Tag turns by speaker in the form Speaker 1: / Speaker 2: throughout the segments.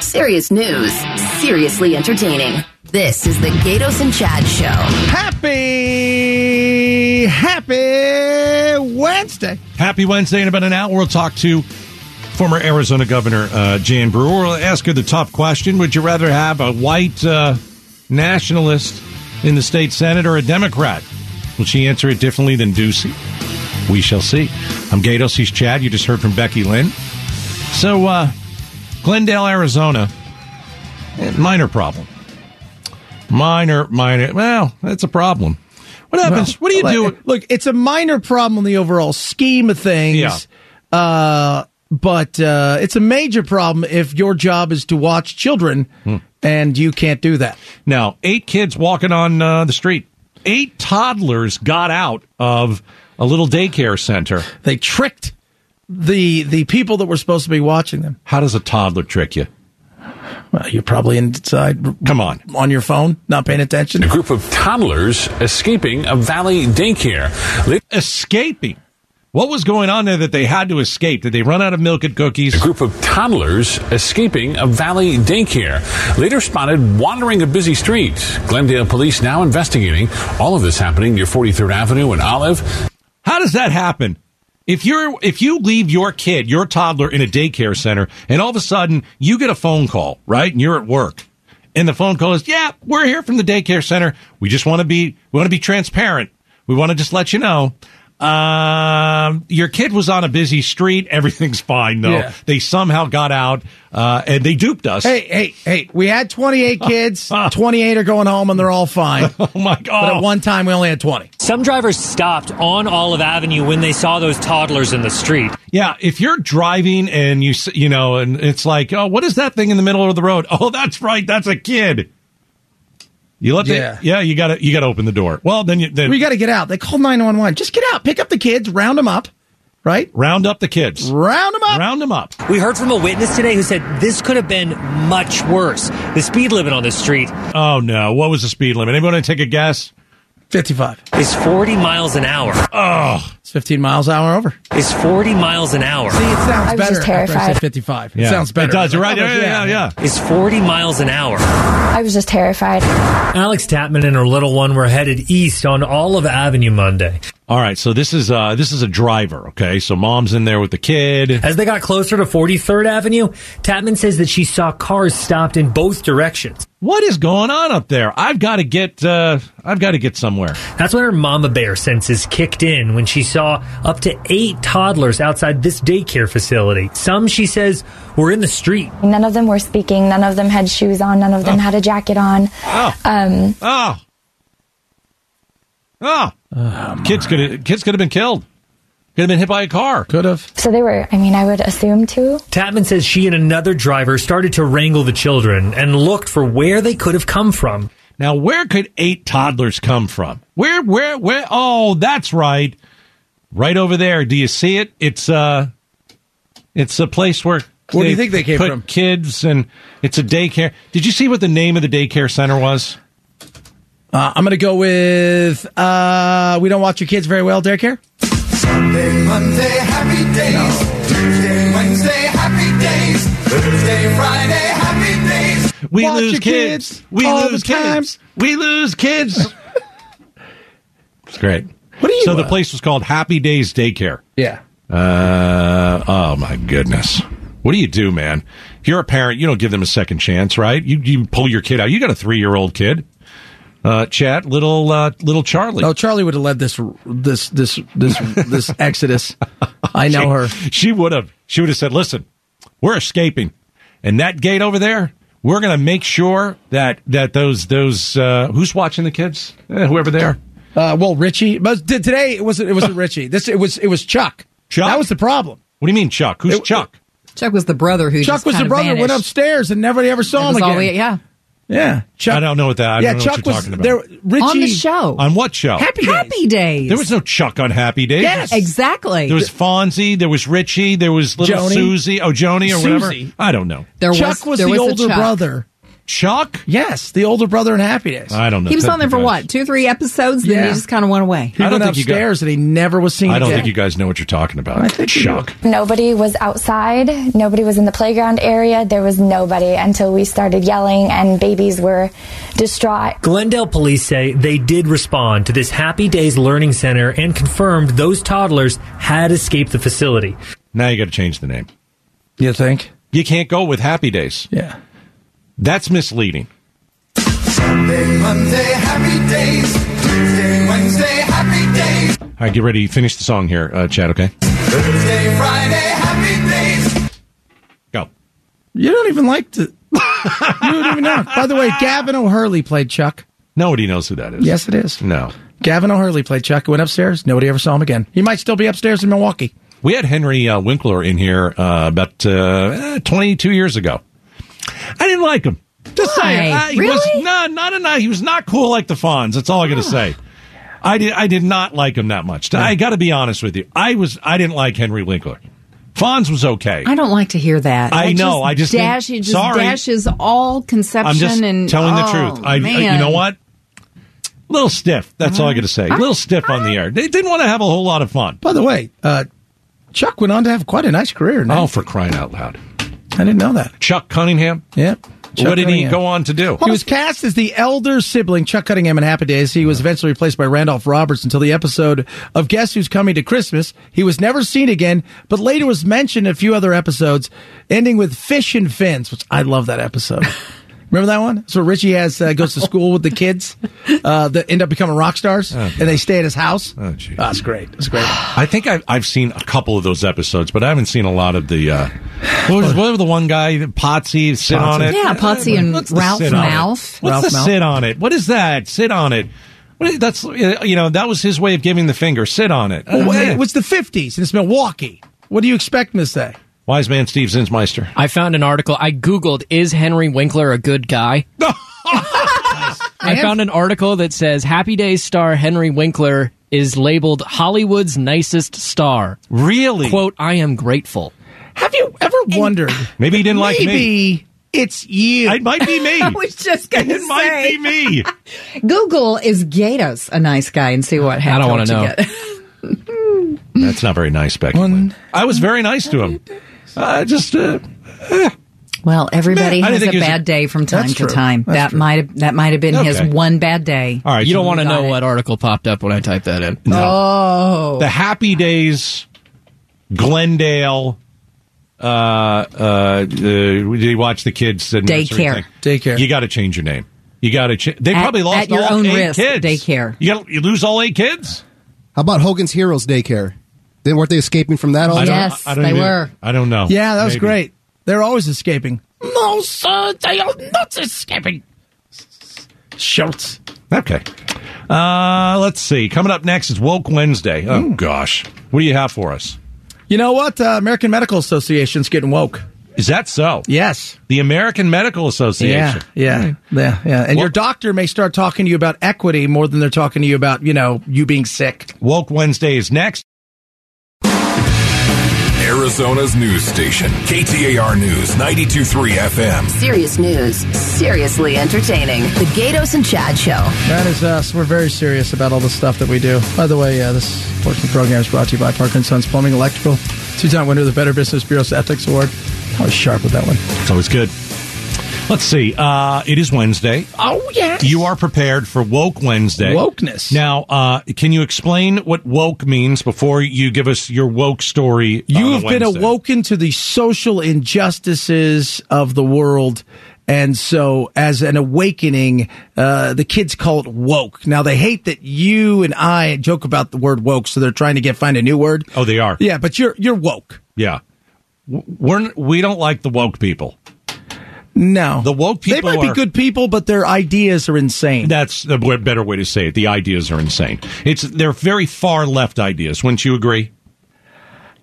Speaker 1: Serious news, seriously entertaining. This is the Gatos and Chad Show.
Speaker 2: Happy, happy Wednesday.
Speaker 3: Happy Wednesday. In about an hour, we'll talk to former Arizona Governor uh, Jan Brewer. We'll ask her the tough question Would you rather have a white uh, nationalist in the state Senate or a Democrat? Will she answer it differently than Ducey? We shall see. I'm Gatos. He's Chad. You just heard from Becky Lynn. So, uh, Glendale, Arizona, eh, minor problem. Minor, minor. Well, that's a problem. What happens? what do you do?
Speaker 2: Look, it's a minor problem in the overall scheme of things.
Speaker 3: Yeah.
Speaker 2: Uh, but uh, it's a major problem if your job is to watch children
Speaker 3: Hmm.
Speaker 2: and you can't do that.
Speaker 3: Now, eight kids walking on uh, the street. Eight toddlers got out of a little daycare center.
Speaker 2: They tricked the the people that were supposed to be watching them.
Speaker 3: How does a toddler trick you?
Speaker 2: Well, you're probably inside
Speaker 3: Come on.
Speaker 2: on your phone, not paying attention.
Speaker 4: A group of toddlers escaping a valley daycare. The
Speaker 3: Escaping. What was going on there that they had to escape? Did they run out of milk and cookies?
Speaker 4: group of toddlers escaping a valley daycare. Later spotted wandering a busy street. Glendale police now investigating. All of this happening near 43rd Avenue and Olive.
Speaker 3: How does that happen? If you're if you leave your kid, your toddler in a daycare center, and all of a sudden you get a phone call, right? And you're at work. And the phone call is, Yeah, we're here from the daycare center. We just want to be we want to be transparent. We want to just let you know. Um, your kid was on a busy street. Everything's fine though.
Speaker 2: Yeah.
Speaker 3: They somehow got out, uh, and they duped us.
Speaker 2: Hey, hey, hey, we had 28 kids. 28 are going home and they're all fine.
Speaker 3: Oh my
Speaker 2: But
Speaker 3: god.
Speaker 2: at one time, we only had 20.
Speaker 5: Some drivers stopped on Olive Avenue when they saw those toddlers in the street.
Speaker 3: Yeah, if you're driving and you s- you know, and it's like, oh, what is that thing in the middle of the road? Oh, that's right, that's a kid. You let the,
Speaker 2: Yeah.
Speaker 3: yeah. you gotta you gotta open the door. Well, then you then
Speaker 2: We got to get out. They called 911. Just get out. Pick up the kids, round them up, right?
Speaker 3: round up the kids,
Speaker 2: Round them up.
Speaker 3: round them up.
Speaker 5: We heard from a witness today who said this could have been much worse. The speed limit on this street
Speaker 3: Oh no, what was the speed limit? Anyone want to take a guess?
Speaker 2: 55.
Speaker 5: is 40 miles an hour.
Speaker 2: It's 15 miles an hour over. See,
Speaker 5: Is 40 miles an hour.
Speaker 2: it sounds
Speaker 6: I was
Speaker 2: better
Speaker 6: just
Speaker 2: after I said
Speaker 6: terrified.
Speaker 2: 55. It
Speaker 3: Yeah.
Speaker 2: sounds better.
Speaker 3: It does. You're right.
Speaker 2: Like,
Speaker 3: Yeah, yeah, yeah.
Speaker 5: Is 40 miles an hour.
Speaker 6: I was just terrified.
Speaker 5: Alex Tapman and her little one were headed east on Olive Avenue Monday.
Speaker 3: All right, so this is uh this is a driver. Okay, so mom's in there with the kid.
Speaker 5: As they got closer to 43rd Avenue, Tapman says that she saw cars stopped in both directions.
Speaker 3: What is going on up there? I've got to get uh I've got to get somewhere.
Speaker 5: That's when her mama bear senses kicked in when she saw up to eight toddlers outside this daycare facility. Some, she says, were in the street.
Speaker 6: None of them were speaking. None of them had shoes on. None of them had a jacket on.
Speaker 3: Oh.
Speaker 6: Um,
Speaker 3: Oh. Oh. kids could have kids could have been killed. Could have been hit by a car.
Speaker 2: Could have.
Speaker 6: so they were, I mean, I would assume two.
Speaker 5: Tapman says she and another driver started to wrangle the children and looked for where they could have come from.
Speaker 3: Now, where could eight toddlers come from? Where where where Oh, that's right. Right over there. Do you see it? It's uh it's a place where
Speaker 2: Where do you
Speaker 3: they
Speaker 2: think they came
Speaker 3: put
Speaker 2: from?
Speaker 3: Kids and it's a daycare. Did you see what the name of the daycare center was?
Speaker 2: Uh, I'm going to go with uh, we don't watch your kids very well, daycare.
Speaker 7: Sunday, Monday, happy days. Tuesday, Wednesday, happy days. Thursday, Friday, happy days.
Speaker 3: We
Speaker 2: Watch
Speaker 3: lose
Speaker 2: your
Speaker 3: kids.
Speaker 2: kids
Speaker 3: We
Speaker 2: all
Speaker 3: lose
Speaker 2: the time.
Speaker 3: kids. We lose kids. it's great.
Speaker 2: What do you,
Speaker 3: So the
Speaker 2: uh,
Speaker 3: place was called Happy Days Daycare.
Speaker 2: Yeah.
Speaker 3: Uh, oh my goodness. What do you do, man? You're a parent. You don't give them a second chance, right? You you pull your kid out. You got a three year old kid. Uh, chat little uh, little Charlie.
Speaker 2: Oh, Charlie would have led this this this this this exodus. I know her.
Speaker 3: She would have. She would have said, "Listen, we're escaping, and that gate over there, we're going to make sure that that those those uh, who's watching the kids, Eh, whoever they are,
Speaker 2: Uh, well, Richie, but t- today it wasn't. It wasn't Richie. This it was. It was Chuck.
Speaker 3: Chuck?
Speaker 2: That was the problem.
Speaker 3: What do you mean, Chuck? Who's
Speaker 2: It-
Speaker 3: Chuck?
Speaker 8: Chuck was the brother who
Speaker 2: Chuck
Speaker 8: just
Speaker 2: was
Speaker 8: kind
Speaker 2: the
Speaker 8: of
Speaker 2: brother.
Speaker 8: Vanished.
Speaker 2: Went upstairs and nobody ever saw
Speaker 8: That
Speaker 2: him
Speaker 8: was all
Speaker 2: again.
Speaker 8: we- yeah.
Speaker 2: yeah, Chuck.
Speaker 3: I don't know what that. I
Speaker 2: yeah,
Speaker 3: don't know
Speaker 2: Chuck
Speaker 3: what you're
Speaker 2: was
Speaker 3: talking about.
Speaker 2: there. Richie
Speaker 8: On the show.
Speaker 3: On what show?
Speaker 2: oh. Happy,
Speaker 8: Happy
Speaker 2: Days.
Speaker 8: days.
Speaker 3: There was no Chuck on Happy Days.
Speaker 2: Yes.
Speaker 8: exactly.
Speaker 3: There was Fonzie. There was Richie. There was little
Speaker 2: Joni.
Speaker 3: Susie. Oh, Joni or
Speaker 2: Susie.
Speaker 3: whatever. I don't know.
Speaker 8: There
Speaker 2: Chuck was,
Speaker 8: there
Speaker 2: the
Speaker 8: a
Speaker 2: older
Speaker 8: Chuck.
Speaker 2: brother
Speaker 3: Chuck?
Speaker 2: Yes, the older brother in Happy Days.
Speaker 3: I don't know.
Speaker 8: He was
Speaker 3: Thank
Speaker 8: on there
Speaker 3: you
Speaker 8: for
Speaker 3: guys.
Speaker 8: what, two, three episodes, then
Speaker 2: Yeah.
Speaker 8: he just kind of went away.
Speaker 2: he
Speaker 3: I don't
Speaker 2: went
Speaker 3: think you got-
Speaker 2: upstairs and he never was seen
Speaker 3: I don't
Speaker 2: again.
Speaker 3: think you guys know what you're talking about.
Speaker 2: I think you
Speaker 3: Chuck.
Speaker 6: Nobody was outside. Nobody was in the playground area. There was nobody until we started yelling, and babies were distraught.
Speaker 9: Glendale police say they did respond to this Happy Days Learning Center and confirmed those toddlers had escaped the facility.
Speaker 3: Now you got to change the name.
Speaker 2: You think?
Speaker 3: You can't go with Happy Days.
Speaker 2: Yeah.
Speaker 3: That's misleading.
Speaker 10: Sunday, Monday, happy days. Tuesday, Wednesday, happy days.
Speaker 3: All right, get ready. Finish the song here, uh, Chad. Okay,
Speaker 10: Thursday, Friday, happy days.
Speaker 3: go.
Speaker 2: You don't even like to. you don't even know. By the way, Gavin O'Hurley played Chuck.
Speaker 3: Nobody knows who that is.
Speaker 2: Yes, it is.
Speaker 3: No.
Speaker 2: Gavin O'Hurley played Chuck. Went upstairs. Nobody ever saw him again. He might still be upstairs in Milwaukee.
Speaker 3: We had Henry uh, Winkler in here uh, about uh, eh, 22 years ago. I didn't like him. Just
Speaker 8: Why?
Speaker 3: saying. I, he
Speaker 8: Really?
Speaker 3: was no, not a no. He was not cool like the Fonz. That's all I got to say. I did. I did not like him that much. I got to be honest with you. I was. I didn't like Henry Winkler. Fonz was okay.
Speaker 8: I don't like to hear that.
Speaker 3: I
Speaker 8: That
Speaker 3: know, I just think-
Speaker 8: dash, it just
Speaker 3: sorry.
Speaker 8: dashes all conception
Speaker 3: I'm just
Speaker 8: and
Speaker 3: telling the
Speaker 8: oh,
Speaker 3: truth. I, I-
Speaker 8: man. Uh-huh.
Speaker 3: you know what? A little stiff. That's all I got to say. A little stiff on the air. They didn't want to have a whole lot of fun.
Speaker 2: By the way, uh, Chuck went on to have quite a nice career.
Speaker 3: Oh,
Speaker 2: Now.
Speaker 3: for crying out loud!
Speaker 2: I didn't know that.
Speaker 3: Chuck Cunningham.
Speaker 2: Yeah.
Speaker 3: what did he go on to do?
Speaker 2: He was cast as the elder sibling, Chuck Cunningham in Happy Days. He was eventually replaced by Randolph Roberts until the episode of Guess Who's Coming to Christmas. He was never seen again, but later was mentioned in a few other episodes, ending with Fish and Fins, which I love that episode. Remember that one? So Richie has uh, goes to school with the kids uh, that end up becoming rock stars, and they stay at his house. Oh,
Speaker 3: jeez. Oh,
Speaker 2: that's great. That's great.
Speaker 3: I think I've, I've seen a couple of those episodes, but I haven't seen a lot of the. Uh, what, was, what was the one guy? Potsy, sit on it.
Speaker 8: Yeah, Potsy and
Speaker 3: What's the
Speaker 8: Ralph
Speaker 3: sit on it?
Speaker 8: Mouth.
Speaker 3: What's
Speaker 2: Ralph
Speaker 3: the
Speaker 2: Mouth.
Speaker 3: sit on it? What is that? Sit on it. What is, that's uh, you know that was his way of giving the finger. Sit on it.
Speaker 2: Well,
Speaker 3: Uh,
Speaker 2: it was the '50s, and it's Milwaukee. What do you expect me to say?
Speaker 3: Wise man Steve Zinsmeister.
Speaker 11: I found an article. I Googled, is Henry Winkler a good guy? I found an article that says Happy Days star Henry Winkler is labeled Hollywood's nicest star.
Speaker 3: Really?
Speaker 11: Quote, I am grateful.
Speaker 2: Have you ever wondered?
Speaker 3: Maybe he didn't like me.
Speaker 2: Maybe it's you.
Speaker 3: It might be me.
Speaker 8: I was just going to
Speaker 3: it might
Speaker 8: say,
Speaker 3: be me.
Speaker 8: Google is Gatos a nice guy and see what
Speaker 11: I
Speaker 8: happens.
Speaker 11: don't want to know.
Speaker 3: That's not very nice, Becky.
Speaker 2: One-
Speaker 3: Lynn. I was very nice to him. Uh, just uh,
Speaker 8: Well, everybody
Speaker 3: Man, I didn't
Speaker 8: has
Speaker 3: think
Speaker 8: a
Speaker 3: he was-
Speaker 8: bad day from time
Speaker 2: That's
Speaker 8: to
Speaker 2: true.
Speaker 8: time.
Speaker 2: That's
Speaker 8: that might have that might have been his
Speaker 3: Okay.
Speaker 8: one bad day.
Speaker 3: all right.
Speaker 11: You don't want to
Speaker 8: got
Speaker 11: know
Speaker 8: it.
Speaker 11: what article popped up when I typed that in.
Speaker 8: Oh,
Speaker 3: the Happy Days, Glendale. Uh, uh, uh, did he watch the kids? The nursery
Speaker 8: Daycare.
Speaker 3: thing?
Speaker 2: Daycare.
Speaker 3: You got to change your name. You got to. Cha- they
Speaker 8: At-
Speaker 3: probably lost
Speaker 8: at your
Speaker 3: all
Speaker 8: own
Speaker 3: eight
Speaker 8: risk,
Speaker 3: kids.
Speaker 8: daycare.
Speaker 3: You got you lose all eight kids.
Speaker 12: How about Hogan's Heroes Daycare? Then weren't they escaping from that all
Speaker 3: I
Speaker 12: the
Speaker 3: don't-
Speaker 12: time?
Speaker 8: Yes,
Speaker 3: I don't
Speaker 8: they
Speaker 3: even-
Speaker 8: were.
Speaker 3: I don't know.
Speaker 2: Yeah, that was
Speaker 3: Maybe.
Speaker 2: great. They're always escaping.
Speaker 11: No, sir, they are not escaping.
Speaker 2: Schultz.
Speaker 3: Okay. Uh, let's see. Coming up next is Woke Wednesday. Oh
Speaker 2: Hmm.
Speaker 3: gosh, what do you have for us?
Speaker 2: You know what? Uh, American Medical Association's getting woke.
Speaker 3: Is that so?
Speaker 2: Yes.
Speaker 3: The American Medical
Speaker 2: Yeah,
Speaker 3: Association.
Speaker 2: yeah, yeah, yeah. And
Speaker 3: Well-
Speaker 2: your doctor may start talking to you about equity more than they're talking to you about, you know, you being sick.
Speaker 3: Woke Wednesday is next.
Speaker 13: Arizona's news station, KTAR News 923 FM.
Speaker 1: Serious news, seriously entertaining. The Gatos and Chad Show.
Speaker 2: That is us. We're very serious about all the stuff that we do. By the way, uh, this portion of the program is brought to you by Parker and Sons Plumbing and Electrical, two-time winner of the Better Business Bureau's Ethics Award. I was sharp with that one.
Speaker 3: It's always good. Let's see. Uh, it is Wednesday.
Speaker 2: Oh yeah,
Speaker 3: You are prepared for Woke Wednesday.
Speaker 2: Wokeness.
Speaker 3: Now, uh, can you explain what woke means before you give us your woke story?
Speaker 2: You
Speaker 3: on
Speaker 2: have been
Speaker 3: Wednesday?
Speaker 2: awoken to the social injustices of the world. And so, as an awakening, uh, the kids call it woke. Now, they hate that you and I joke about the word woke, so they're trying to get find a new word.
Speaker 3: Oh, they are.
Speaker 2: Yeah, but you're you're woke.
Speaker 3: Yeah. W- We're n- we don't like the woke people.
Speaker 2: No,
Speaker 3: The woke people
Speaker 2: They might
Speaker 3: are-
Speaker 2: be good people, but their ideas are insane.
Speaker 3: That's a w- better way to say it. The ideas are insane. It's they're very far left ideas. Wouldn't you agree?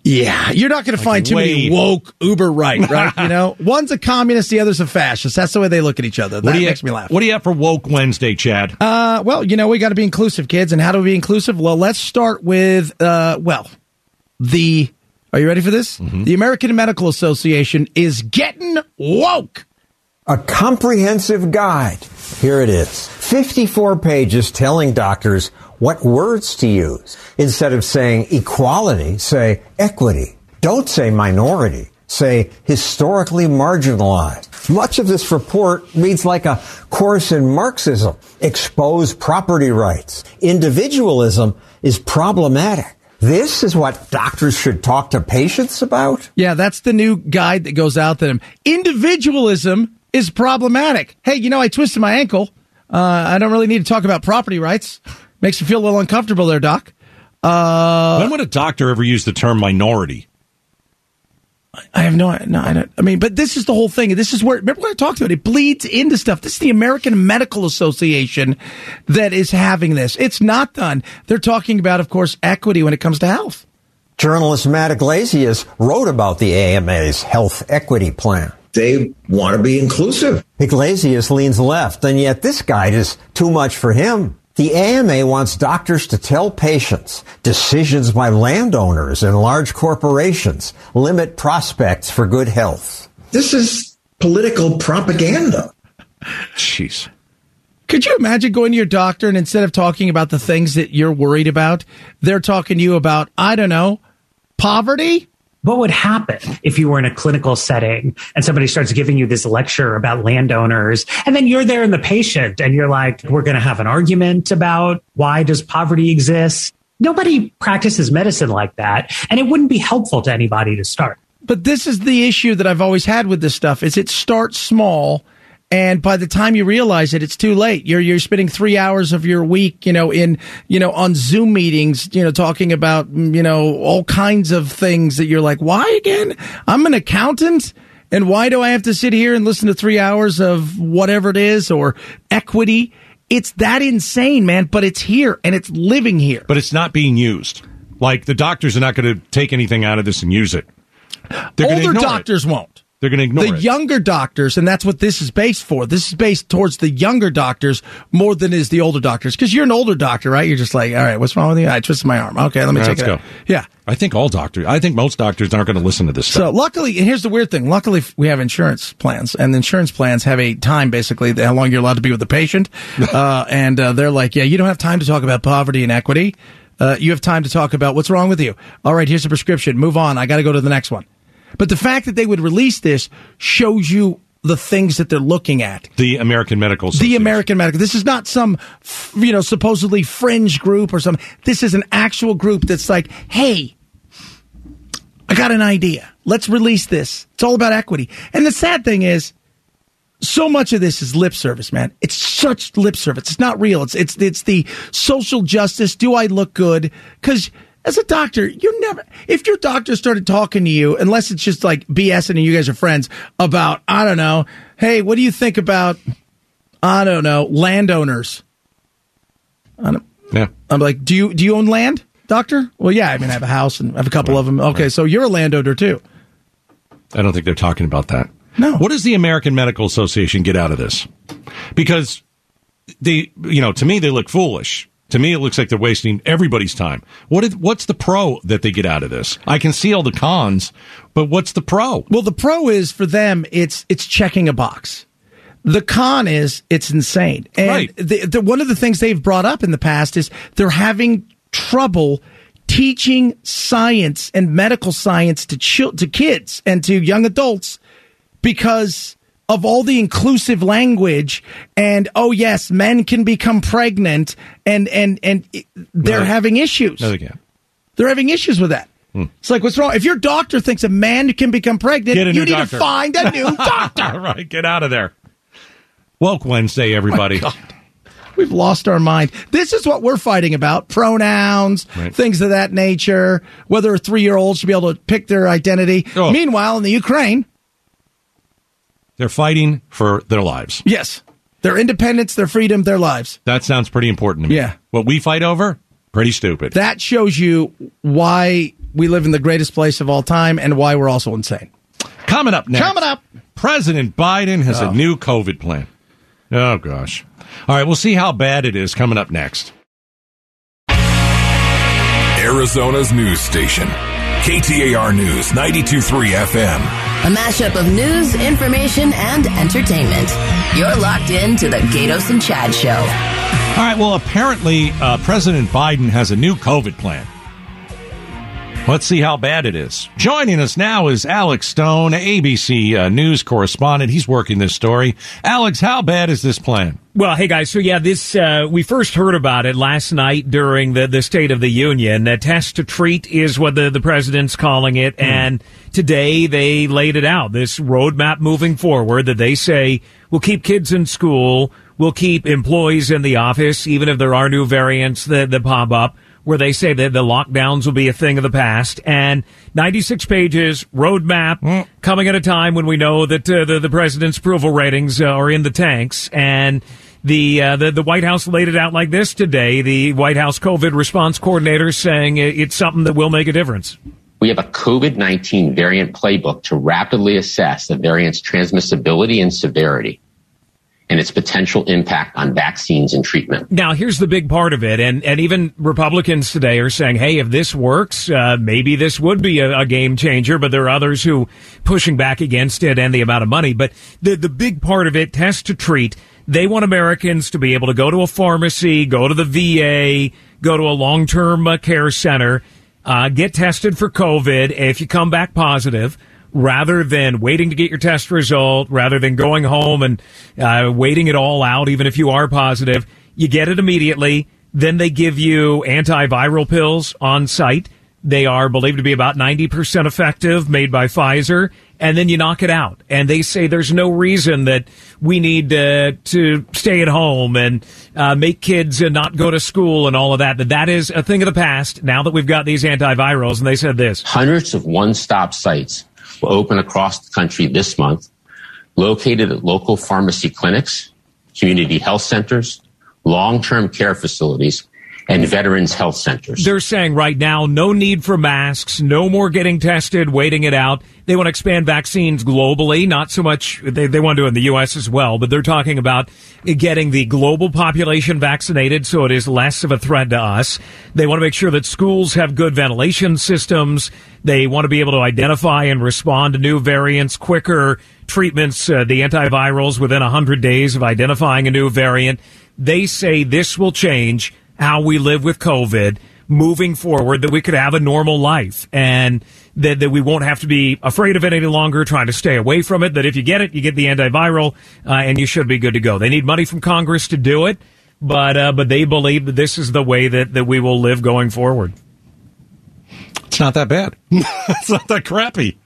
Speaker 2: yeah, you're not going to find too
Speaker 3: way-
Speaker 2: many woke uber right, right? you know, one's a communist, the other's a fascist. That's the way they look at each other. That
Speaker 3: what do you,
Speaker 2: makes me laugh.
Speaker 3: What do you have for woke Wednesday, Chad?
Speaker 2: Uh, well, you know, we got to be inclusive, kids. And how do we be inclusive? Well, let's start with, uh, well, the. Are you ready for this? The American Medical Association is getting woke.
Speaker 7: a comprehensive guide. Here it is 54 pages telling doctors what words to use. Instead of saying equality, say equity. Don't say minority. Say historically marginalized. Much of this report reads like a course in Marxism. Expose property rights. Individualism is problematic. This is what doctors should talk to patients about?
Speaker 2: Yeah, that's the new guide that goes out to them. Individualism is problematic. Hey, you know, I twisted my ankle. Uh, I don't really need to talk about property rights. Makes me feel a little uncomfortable there, Doc. Uh,
Speaker 3: when would a doctor ever use the term minority?
Speaker 2: I have no, no, I don't. I mean, but this is the whole thing. This is where remember when I talked about it. It bleeds into stuff. This is the American Medical Association that is having this. It's not done. They're talking about, of course, equity when it comes to health.
Speaker 7: Journalist Matt Iglesias wrote about the AMA's health equity plan. They want to be inclusive. Iglesias leans left, and yet this guide is too much for him. The AMA wants doctors to tell patients decisions by landowners and large corporations limit prospects for good health. This is political propaganda.
Speaker 3: Jeez.
Speaker 2: Could you imagine going to your doctor and instead of talking about the things that you're worried about, they're talking to you about, I don't know, poverty?
Speaker 14: What would happen if you were in a clinical setting and somebody starts giving you this lecture about landowners and then you're there in the patient and you're like, we're going to have an argument about why does poverty exist? Nobody practices medicine like that. And it wouldn't be helpful to anybody to start.
Speaker 2: But this is the issue that I've always had with this stuff is it starts small and by the time you realize it it's too late. You're you're spending 3 hours of your week, you know, in, you know, on Zoom meetings, you know, talking about, mm, you know, all kinds of things that you're like, "Why again? I'm an accountant." And why do I have to sit here and listen to three hours of whatever it is or equity? It's that insane, man, but it's here and it's living here.
Speaker 3: But it's not being used. Like the doctors are not going to take anything out of this and use it. They're gonna
Speaker 2: Older
Speaker 3: ignore it.
Speaker 2: doctors won't.
Speaker 3: They're going to ignore
Speaker 2: the
Speaker 3: it.
Speaker 2: younger doctors, and that's what this is based for. This is based towards the younger doctors more than is the older doctors. Because you're an older doctor, right? You're just like, all right, what's wrong with you? I twisted my arm. Okay, let me
Speaker 3: All right,
Speaker 2: check
Speaker 3: let's
Speaker 2: it
Speaker 3: go.
Speaker 2: out. Yeah.
Speaker 3: I think all doctors. I think most doctors aren't going to listen to this stuff.
Speaker 2: So luckily, and here's the weird thing. Luckily, we have insurance plans, and the insurance plans have a time basically how long you're allowed to be with the patient. uh, and uh, they're like, yeah, you don't have time to talk about poverty and equity. Uh, you have time to talk about what's wrong with you. All right, here's a prescription. Move on. I got to go to the next one. But the fact that they would release this shows you the things that they're looking at.
Speaker 3: the American Medical.
Speaker 2: The American Medical. This is not some, f- you know, supposedly fringe group or something. This is an actual group that's like, hey, I got an idea. Let's release this. It's all about equity. And the sad thing is, so much of this is lip service, man. It's such lip service. It's not real. It's it's it's the social justice. Do I look good? Because as a doctor, you never. If your doctor started talking to you, unless it's just like BS and you guys are friends about, I don't know. Hey, what do you think about? I don't know. Landowners. I don't,
Speaker 3: yeah.
Speaker 2: I'm like, do you do you own land, doctor? Well, yeah. I mean, I have a house and I have a couple of them. Okay, so you're a landowner too.
Speaker 3: I don't think they're talking about that.
Speaker 2: No.
Speaker 3: What does the American Medical Association get out of this? Because they, you know, to me they look foolish. To me, it looks like they're wasting everybody's time. What is, what's the pro that they get out of this? I can see all the cons, but what's the pro?
Speaker 2: Well, the pro is for them. It's it's checking a box. The con is it's insane. And
Speaker 3: Right.
Speaker 2: the, the, one of the things they've brought up in the past is they're having trouble teaching science and medical science to chil- to kids and to young adults because of all the inclusive language and oh yes men can become pregnant and and and it- they're
Speaker 3: No.
Speaker 2: having issues
Speaker 3: No, they can't.
Speaker 2: they're having issues with that.
Speaker 3: Hmm.
Speaker 2: It's like, what's wrong? If your doctor thinks a man can become pregnant,
Speaker 3: Get a
Speaker 2: you
Speaker 3: new
Speaker 2: need
Speaker 3: doctor.
Speaker 2: to find a new doctor.
Speaker 3: All right, get out of there. Oh Woke Wednesday, everybody.
Speaker 2: We've lost our mind. This is what we're fighting about pronouns,
Speaker 3: Right.
Speaker 2: things of that nature, whether a three year old should be able to pick their identity.
Speaker 3: Oh.
Speaker 2: Meanwhile, in the Ukraine,
Speaker 3: they're fighting for their lives.
Speaker 2: yes, their independence, their freedom, their lives.
Speaker 3: That sounds pretty important to me.
Speaker 2: Yeah.
Speaker 3: What we fight over, pretty stupid.
Speaker 2: That shows you why we live in the greatest place of all time and why we're also insane.
Speaker 3: Coming up next.
Speaker 2: Coming up.
Speaker 3: President Biden has a new COVID plan. Oh, gosh. All right, we'll see how bad it is coming up next.
Speaker 13: Arizona's news station. KTAR News 923 FM.
Speaker 1: A mashup of news, information, and entertainment. You're locked in to the Gatos and Chad Show.
Speaker 3: All right. Well, apparently, uh, President Biden has a new COVID plan. Let's see how bad it is. Joining us now is Alex Stone, ABC uh, News correspondent. He's working this story. Alex, how bad is this plan?
Speaker 5: Well, hey guys. So yeah, this uh, we first heard about it last night during the, the State of the Union. The test to treat is what the, the president's calling it, and today they laid it out. This roadmap moving forward that they say will keep kids in school, will keep employees in the office, even if there are new variants that, that pop up. Where they say that the lockdowns will be a thing of the past, and 96 pages roadmap coming at a time when we know that uh, the, the president's approval ratings uh, are in the tanks, and the, uh, the the White House laid it out like this today. The White House COVID response coordinator saying it- it's something that will make a difference.
Speaker 15: We have a COVID 19 variant playbook to rapidly assess the variant's transmissibility and severity and its potential impact on vaccines and treatment.
Speaker 5: Now, here's the big part of it, and, and even Republicans today are saying, hey, if this works, uh, maybe this would be a, a game changer, but there are others who pushing back against it and the amount of money. But the, the big part of it, test to treat, they want Americans to be able to go to a pharmacy, go to the VA, go to a long-term uh, care center, uh, get tested for COVID. If you come back positive, rather than waiting to get your test result, rather than going home and uh, waiting it all out, even if you are positive, you get it immediately. Then they give you antiviral pills on site. They are believed to be about 90% effective, made by Pfizer, and then you knock it out. And they say there's no reason that we need uh, to stay at home and uh, make kids uh, not go to school and all of that. That that is a thing of the past now that we've got these antivirals. And they said this.
Speaker 15: Hundreds of one stop sites will open across the country this month, located at local pharmacy clinics, community health centers, long term care facilities, and veterans health centers.
Speaker 5: They're saying right now, no need for masks, no more getting tested, waiting it out. They want to expand vaccines globally, not so much, they, they want to do it in the U.S. as well, but they're talking about getting the global population vaccinated so it is less of a threat to us. They want to make sure that schools have good ventilation systems. They want to be able to identify and respond to new variants quicker. Treatments, uh, the antivirals within 100 days of identifying a new variant. They say this will change how we live with COVID moving forward, that we could have a normal life and that, that we won't have to be afraid of it any longer, trying to stay away from it, that if you get it, you get the antiviral uh, and you should be good to go. They need money from Congress to do it, but, uh, but they believe that this is the way that, that we will live going forward.
Speaker 3: It's not that bad. it's not that crappy.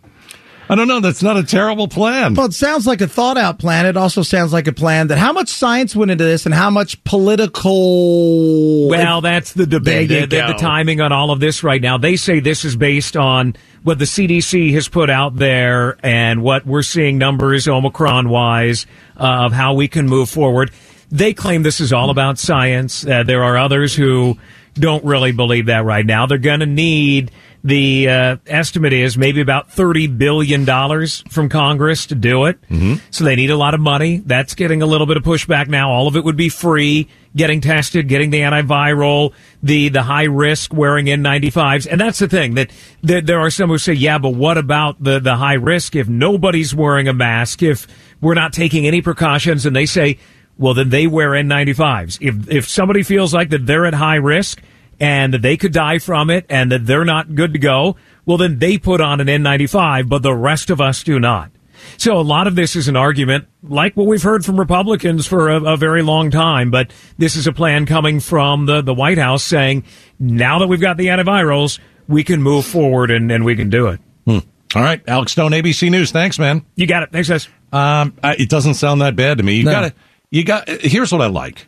Speaker 3: I don't know. That's not a terrible plan.
Speaker 2: Well, it sounds like a thought out plan. It also sounds like a plan that how much science went into this and how much political.
Speaker 5: Well, that's the debate.
Speaker 2: There you
Speaker 5: The, the- the
Speaker 2: go.
Speaker 5: timing on all of this right now. They say this is based on what the CDC has put out there and what we're seeing numbers Omicron wise of how we can move forward. They claim this is all about science. Uh, there are others who don't really believe that right now. They're going to need the uh, estimate is maybe about thirty billion dollars from Congress to do it.
Speaker 2: Mm-hmm.
Speaker 5: So they need a lot of money. That's getting a little bit of pushback now. All of it would be free. Getting tested, getting the antiviral, the the high risk wearing N95s, and that's the thing that, that there are some who say, yeah, but what about the the high risk if nobody's wearing a mask, if we're not taking any precautions, and they say, well, then they wear N95s. If if somebody feels like that they're at high risk, and that they could die from it and that they're not good to go, well, then they put on an N95, but the rest of us do not. So a lot of this is an argument, like what we've heard from Republicans for a, a very long time, but this is a plan coming from the, the White House saying, now that we've got the antivirals, we can move forward and, and we can do it.
Speaker 3: Hmm. All right, Alex Stone, ABC News. Thanks, man.
Speaker 5: You got it. Thanks, guys.
Speaker 3: Um, I, it doesn't sound that bad to me. You
Speaker 5: No.
Speaker 3: got to You got. Here's what I like.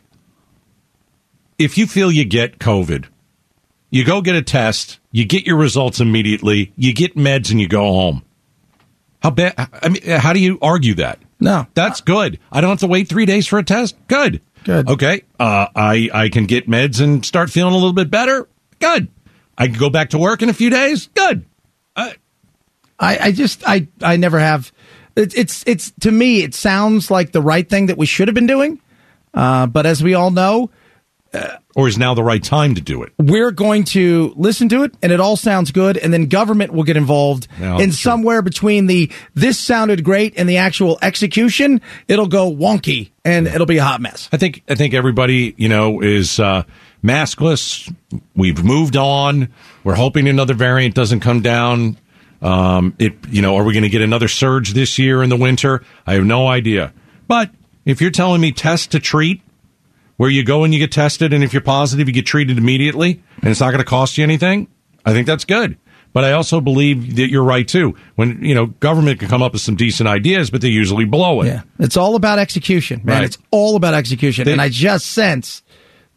Speaker 3: If you feel you get COVID, you go get a test. You get your results immediately. You get meds and you go home. How bad? I mean, how do you argue that?
Speaker 2: No,
Speaker 3: that's good. I don't have to wait three days for a test. Good. Good. Okay. Uh, I I can get meds and start feeling a little bit better. Good. I can go back to work in a few days. Good.
Speaker 2: I, I just I I never have. It, it's it's to me it sounds like the right thing that we should have been doing, uh, but as we all know,
Speaker 3: or is now the right time to do it?
Speaker 2: We're going to listen to it, and it all sounds good, and then government will get involved.
Speaker 3: Yeah,
Speaker 2: and
Speaker 3: sure.
Speaker 2: somewhere between the this sounded great and the actual execution, it'll go wonky, and it'll be a hot mess.
Speaker 3: I think I think everybody you know is uh, maskless. We've moved on. We're hoping another variant doesn't come down. Um, it you know are we going to get another surge this year in the winter? I have no idea. But if you're telling me test to treat, where you go and you get tested, and if you're positive, you get treated immediately, and it's not going to cost you anything, I think that's good. But I also believe that you're right too. When you know government can come up with some decent ideas, but they usually blow it.
Speaker 2: Yeah, it's all about execution, man.
Speaker 3: Right.
Speaker 2: It's all about execution,
Speaker 3: They-
Speaker 2: and I just sense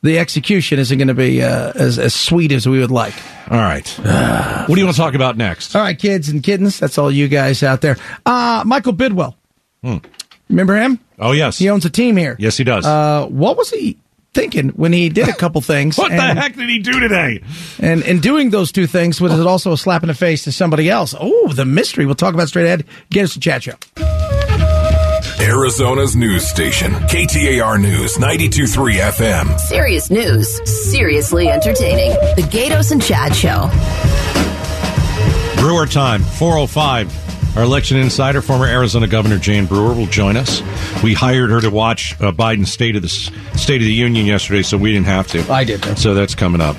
Speaker 2: the execution isn't going to be uh, as as sweet as we would like.
Speaker 3: All right, what do you want to talk about next?
Speaker 2: All right, kids and kittens, that's all you guys out there. Uh, Michael Bidwell,
Speaker 3: Hmm.
Speaker 2: remember him?
Speaker 3: Oh yes, he
Speaker 2: owns a team here.
Speaker 3: Yes, he does.
Speaker 2: Uh, what was he thinking when he did a couple things?
Speaker 3: what
Speaker 2: and,
Speaker 3: the heck did he do today?
Speaker 2: And in doing those two things, was it also a slap in the face to somebody else? Oh, the mystery. We'll talk about it straight ahead. Get us to chat show.
Speaker 13: Arizona's news station, KTAR News 923 FM.
Speaker 1: Serious news, seriously entertaining. The Gatos and Chad Show.
Speaker 3: Brewer time, 405. Our election insider, former Arizona Governor Jane Brewer, will join us. We hired her to watch uh, Biden's State of the S- State of the Union yesterday, so we didn't have to.
Speaker 2: I did.
Speaker 3: So that's coming up.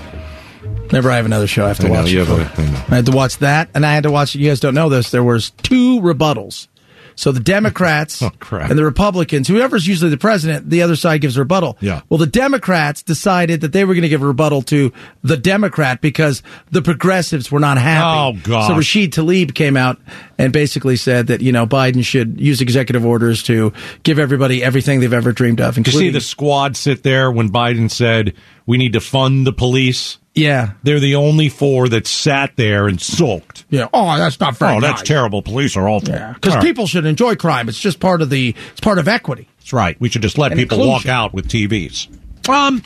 Speaker 2: Never I have another show I have to
Speaker 3: I know,
Speaker 2: watch.
Speaker 3: you have
Speaker 2: before.
Speaker 3: other thing.
Speaker 2: I had to watch that, and I had to watch. You guys don't know this. There was two rebuttals. So the Democrats
Speaker 3: Oh, crap.
Speaker 2: and the Republicans, whoever's usually the president, the other side gives a rebuttal.
Speaker 3: Yeah.
Speaker 2: Well, the Democrats decided that they were going to give a rebuttal to the Democrat because the progressives were not happy.
Speaker 3: Oh, gosh.
Speaker 2: So Rashid Tlaib came out and basically said that you know Biden should use executive orders to give everybody everything they've ever dreamed of,
Speaker 3: Did you see
Speaker 2: including
Speaker 3: the squad sit there when Biden said we need to fund the police?
Speaker 2: Yeah,
Speaker 3: they're the only four that sat there and sulked.
Speaker 2: Yeah. Oh, that's not very
Speaker 3: Oh, that's
Speaker 2: nice.
Speaker 3: terrible. Police are awful.
Speaker 2: because
Speaker 3: All right.
Speaker 2: people should enjoy crime. It's just part of the it's part of equity.
Speaker 3: That's right. We should just let
Speaker 2: And
Speaker 3: people
Speaker 2: inclusion.
Speaker 3: walk out with TVs. Um,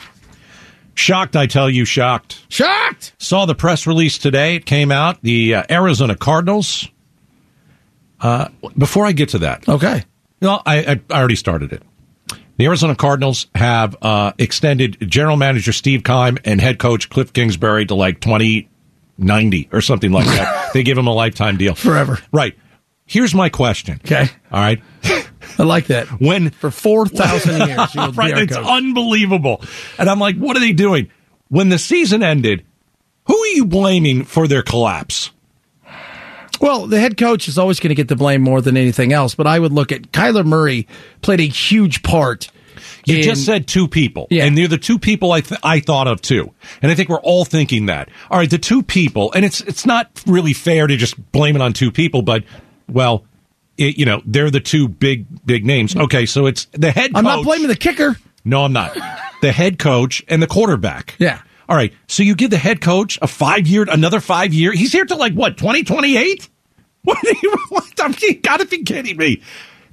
Speaker 3: shocked, I tell you, shocked.
Speaker 2: Shocked!
Speaker 3: Saw the press release today. It came out. The uh, Arizona Cardinals. Uh, before I get to that.
Speaker 2: Okay.
Speaker 3: No, I, I, I already started it. The Arizona Cardinals have uh, extended general manager Steve Keim and head coach Cliff Kingsbury to like 2090 or something like that. they give him a lifetime deal.
Speaker 2: Forever.
Speaker 3: Right. Here's my question.
Speaker 2: Okay.
Speaker 3: All right.
Speaker 2: I like that.
Speaker 3: When
Speaker 2: for four thousand years, you'll be
Speaker 3: right?
Speaker 2: our
Speaker 3: It's
Speaker 2: coach.
Speaker 3: unbelievable. And I'm like, what are they doing? When the season ended, who are you blaming for their collapse?
Speaker 2: Well, the head coach is always going to get the blame more than anything else, but I would look at Kyler Murray played a huge part.
Speaker 3: You
Speaker 2: in-
Speaker 3: just said two people, and they're the two people I th- I thought of too, and I think we're all thinking that. All right, the two people, and it's it's not really fair to just blame it on two people, but well, it, you know they're the two big big names. Okay, so it's the head.
Speaker 2: I'm not
Speaker 3: coach-
Speaker 2: blaming the kicker.
Speaker 3: No, I'm not. The head coach and the quarterback.
Speaker 2: Yeah.
Speaker 3: All right. So you give the head coach a five year, another five year. He's here till like what, 2028? What do you want? I'm, you gotta be kidding me.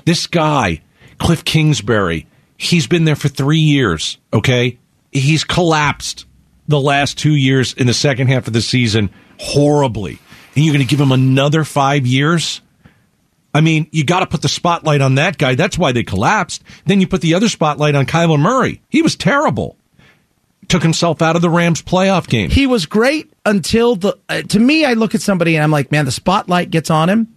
Speaker 3: This guy, Cliff Kingsbury, he's been there for three years. Okay. He's collapsed the last two years in the second half of the season horribly. And you're going to give him another five years? I mean, you got to put the spotlight on that guy. That's why they collapsed. Then you put the other spotlight on Kyler Murray. He was terrible. Took himself out of the Rams playoff game.
Speaker 2: He was great until the. Uh, to me, I look at somebody and I'm like, man, the spotlight gets on him,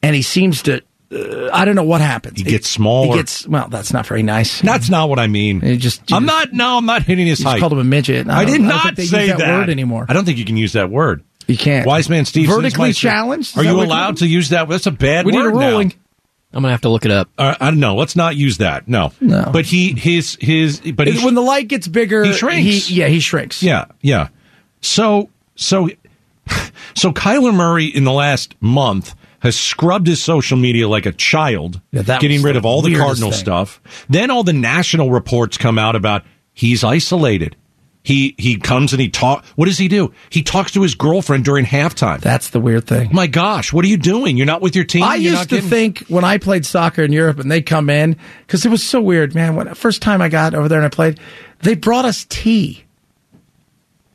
Speaker 2: and he seems to. Uh, I don't know what happens. He
Speaker 3: gets smaller.
Speaker 2: He gets well. That's not very nice.
Speaker 3: That's not what I mean.
Speaker 2: just,
Speaker 3: I'm not. No, I'm not hitting his
Speaker 2: You just
Speaker 3: height.
Speaker 2: called him a midget.
Speaker 3: I,
Speaker 2: I don't-
Speaker 3: did
Speaker 2: I don't
Speaker 3: not
Speaker 2: think they use
Speaker 3: say
Speaker 2: that word anymore.
Speaker 3: I don't think you can use that word.
Speaker 2: You can't.
Speaker 3: Wise man Steve. Simmons
Speaker 2: Vertically
Speaker 3: might say-
Speaker 2: challenged? Is
Speaker 3: Are
Speaker 2: that
Speaker 3: you
Speaker 2: what you-
Speaker 3: allowed to use that? That's a bad.
Speaker 2: We need a
Speaker 3: word now.
Speaker 2: ruling.
Speaker 11: I'm gonna have to look it up.
Speaker 3: Uh, I don't know. Let's not use that. No.
Speaker 2: No.
Speaker 3: But he his his but he,
Speaker 2: when the light gets bigger,
Speaker 3: he shrinks.
Speaker 2: he- yeah, he shrinks.
Speaker 3: Yeah, yeah. So so so Kyler Murray in the last month has scrubbed his social media like a child,
Speaker 2: Yeah, that
Speaker 3: getting
Speaker 2: was
Speaker 3: rid
Speaker 2: the
Speaker 3: of all the
Speaker 2: weirdest
Speaker 3: Cardinal
Speaker 2: thing.
Speaker 3: stuff. Then all the national reports come out about he's isolated. He he comes and he talk. What does he do? He talks to his girlfriend during halftime. Oh
Speaker 2: That's the weird thing.
Speaker 3: My gosh, what are you doing? You're not with your team.
Speaker 2: I
Speaker 3: You're not
Speaker 2: used to
Speaker 3: getting-
Speaker 2: think when I played soccer in Europe and they come in because it was so weird, man. When first time I got over there and I played, they brought us tea,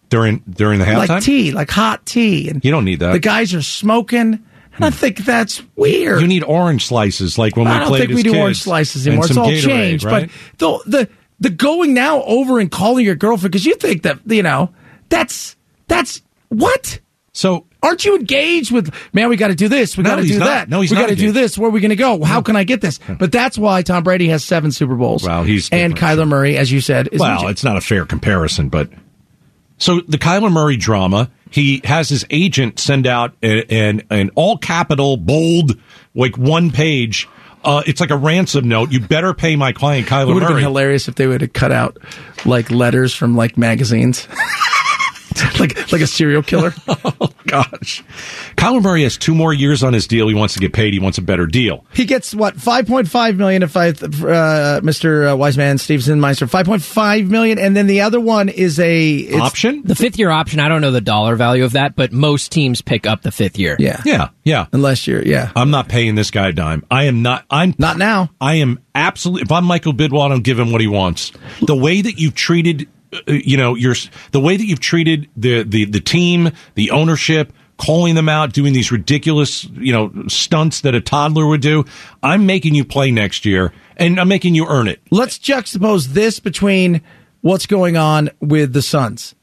Speaker 3: during during the halftime.
Speaker 2: like tea, like hot tea, and
Speaker 3: You don't need that. Hmm.
Speaker 2: the guys are smoking, and I think that's weird.
Speaker 3: You need orange slices, like when we
Speaker 2: I don't
Speaker 3: played
Speaker 2: think
Speaker 3: as
Speaker 2: we do
Speaker 3: kids,
Speaker 2: orange slices
Speaker 3: and
Speaker 2: anymore. It's
Speaker 3: some
Speaker 2: all
Speaker 3: Gatorade,
Speaker 2: changed,
Speaker 3: right?
Speaker 2: but the the the going now over and calling your girlfriend because you think that you know that's that's what.
Speaker 3: So
Speaker 2: aren't you engaged with man? We got to do this. We
Speaker 3: No,
Speaker 2: got to
Speaker 3: he's
Speaker 2: do
Speaker 3: not.
Speaker 2: that.
Speaker 3: No, he's
Speaker 2: we
Speaker 3: not
Speaker 2: got to do
Speaker 3: engaged.
Speaker 2: this. Where are we going to go? How can I get this? But that's why Tom Brady has seven Super Bowls. Wow,
Speaker 3: he's
Speaker 2: and Kyler Murray, as you said, is
Speaker 3: well, it's not a fair comparison, but so the Kyler Murray drama, he has his agent send out a- an an all capital bold like one page. Uh, it's like a ransom note. You better pay my client
Speaker 2: It
Speaker 3: Kyler
Speaker 2: would have been
Speaker 3: Murray.
Speaker 2: hilarious if they would have cut out like letters from like magazines, like like a serial killer.
Speaker 3: Oh, Gosh, Kyler Murray has two more years on his deal. He wants to get paid. He wants a better deal.
Speaker 2: He gets what five point five million if I, uh, Mister uh, Wiseman Stevenson Meister, five point five million, and then the other one is a it's-
Speaker 11: The fifth year option. I don't know the dollar value of that, but most teams pick up the fifth year.
Speaker 3: Yeah. Yeah.
Speaker 2: Unless you're, yeah.
Speaker 3: I'm not paying this guy a dime. I am not, I'm
Speaker 2: not now.
Speaker 3: I am absolutely, if I'm Michael Bidwell, I don't give him what he wants. The way that you've treated, uh, you know, your, the way that you've treated the, the, the team, the ownership, calling them out, doing these ridiculous, you know, stunts that a toddler would do. I'm making you play next year and I'm making you earn it.
Speaker 2: Let's juxtapose this between what's going on with the Suns,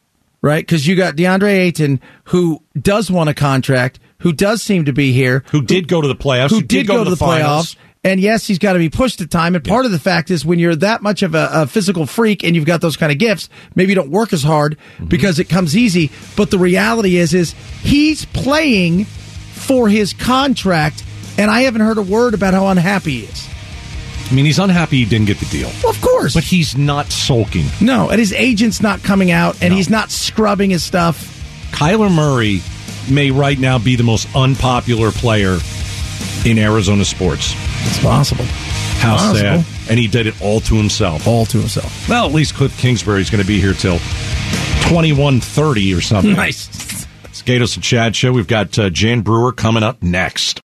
Speaker 2: right? Because you got DeAndre Ayton, who does want a contract, who does seem to be here,
Speaker 3: who did go to the playoffs,
Speaker 2: who did go, to the, playoffs. And yes, he's got to be pushed at time. And part of the fact is when you're that much of a, a physical freak and you've got those kind of gifts, maybe you don't work as hard because it comes easy. But the reality is, is he's playing for his contract, and I haven't heard a word about how unhappy he is.
Speaker 3: I mean, he's unhappy he didn't get the deal.
Speaker 2: Well, of course.
Speaker 3: But he's not sulking.
Speaker 2: No, and his agent's not coming out, and he's not scrubbing his stuff.
Speaker 3: Kyler Murray may right now be the most unpopular player in Arizona sports.
Speaker 2: It's possible.
Speaker 3: How
Speaker 2: Possible.
Speaker 3: sad. And he did it all to himself.
Speaker 2: All to himself.
Speaker 3: Well, at least Cliff Kingsbury's going to be here till 2130 or something.
Speaker 2: Nice.
Speaker 3: It's Gatos and Chad show. We've got uh, Jan Brewer coming up next.